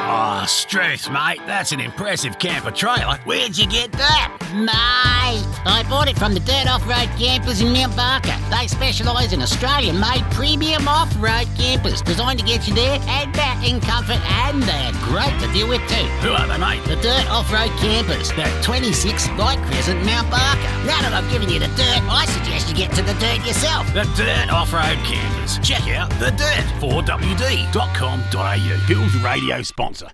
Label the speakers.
Speaker 1: Oh, strength, mate. That's an impressive camper trailer. Where'd you get that?
Speaker 2: Mate, I bought it from the Dirt Off-Road Campers in Mount Barker. They specialise in Australian-made premium off-road campers designed to get you there and back in comfort and they're great to deal with too.
Speaker 1: Who are they, mate?
Speaker 2: The Dirt Off-Road Campers, they're 26 Light Crescent, Mount Barker. Now that I've given you the dirt, I suggest you get to the dirt yourself.
Speaker 1: The Dirt Off-Road Campers. Check out the dirt 4wd.com.au. Hills Radio sponsor.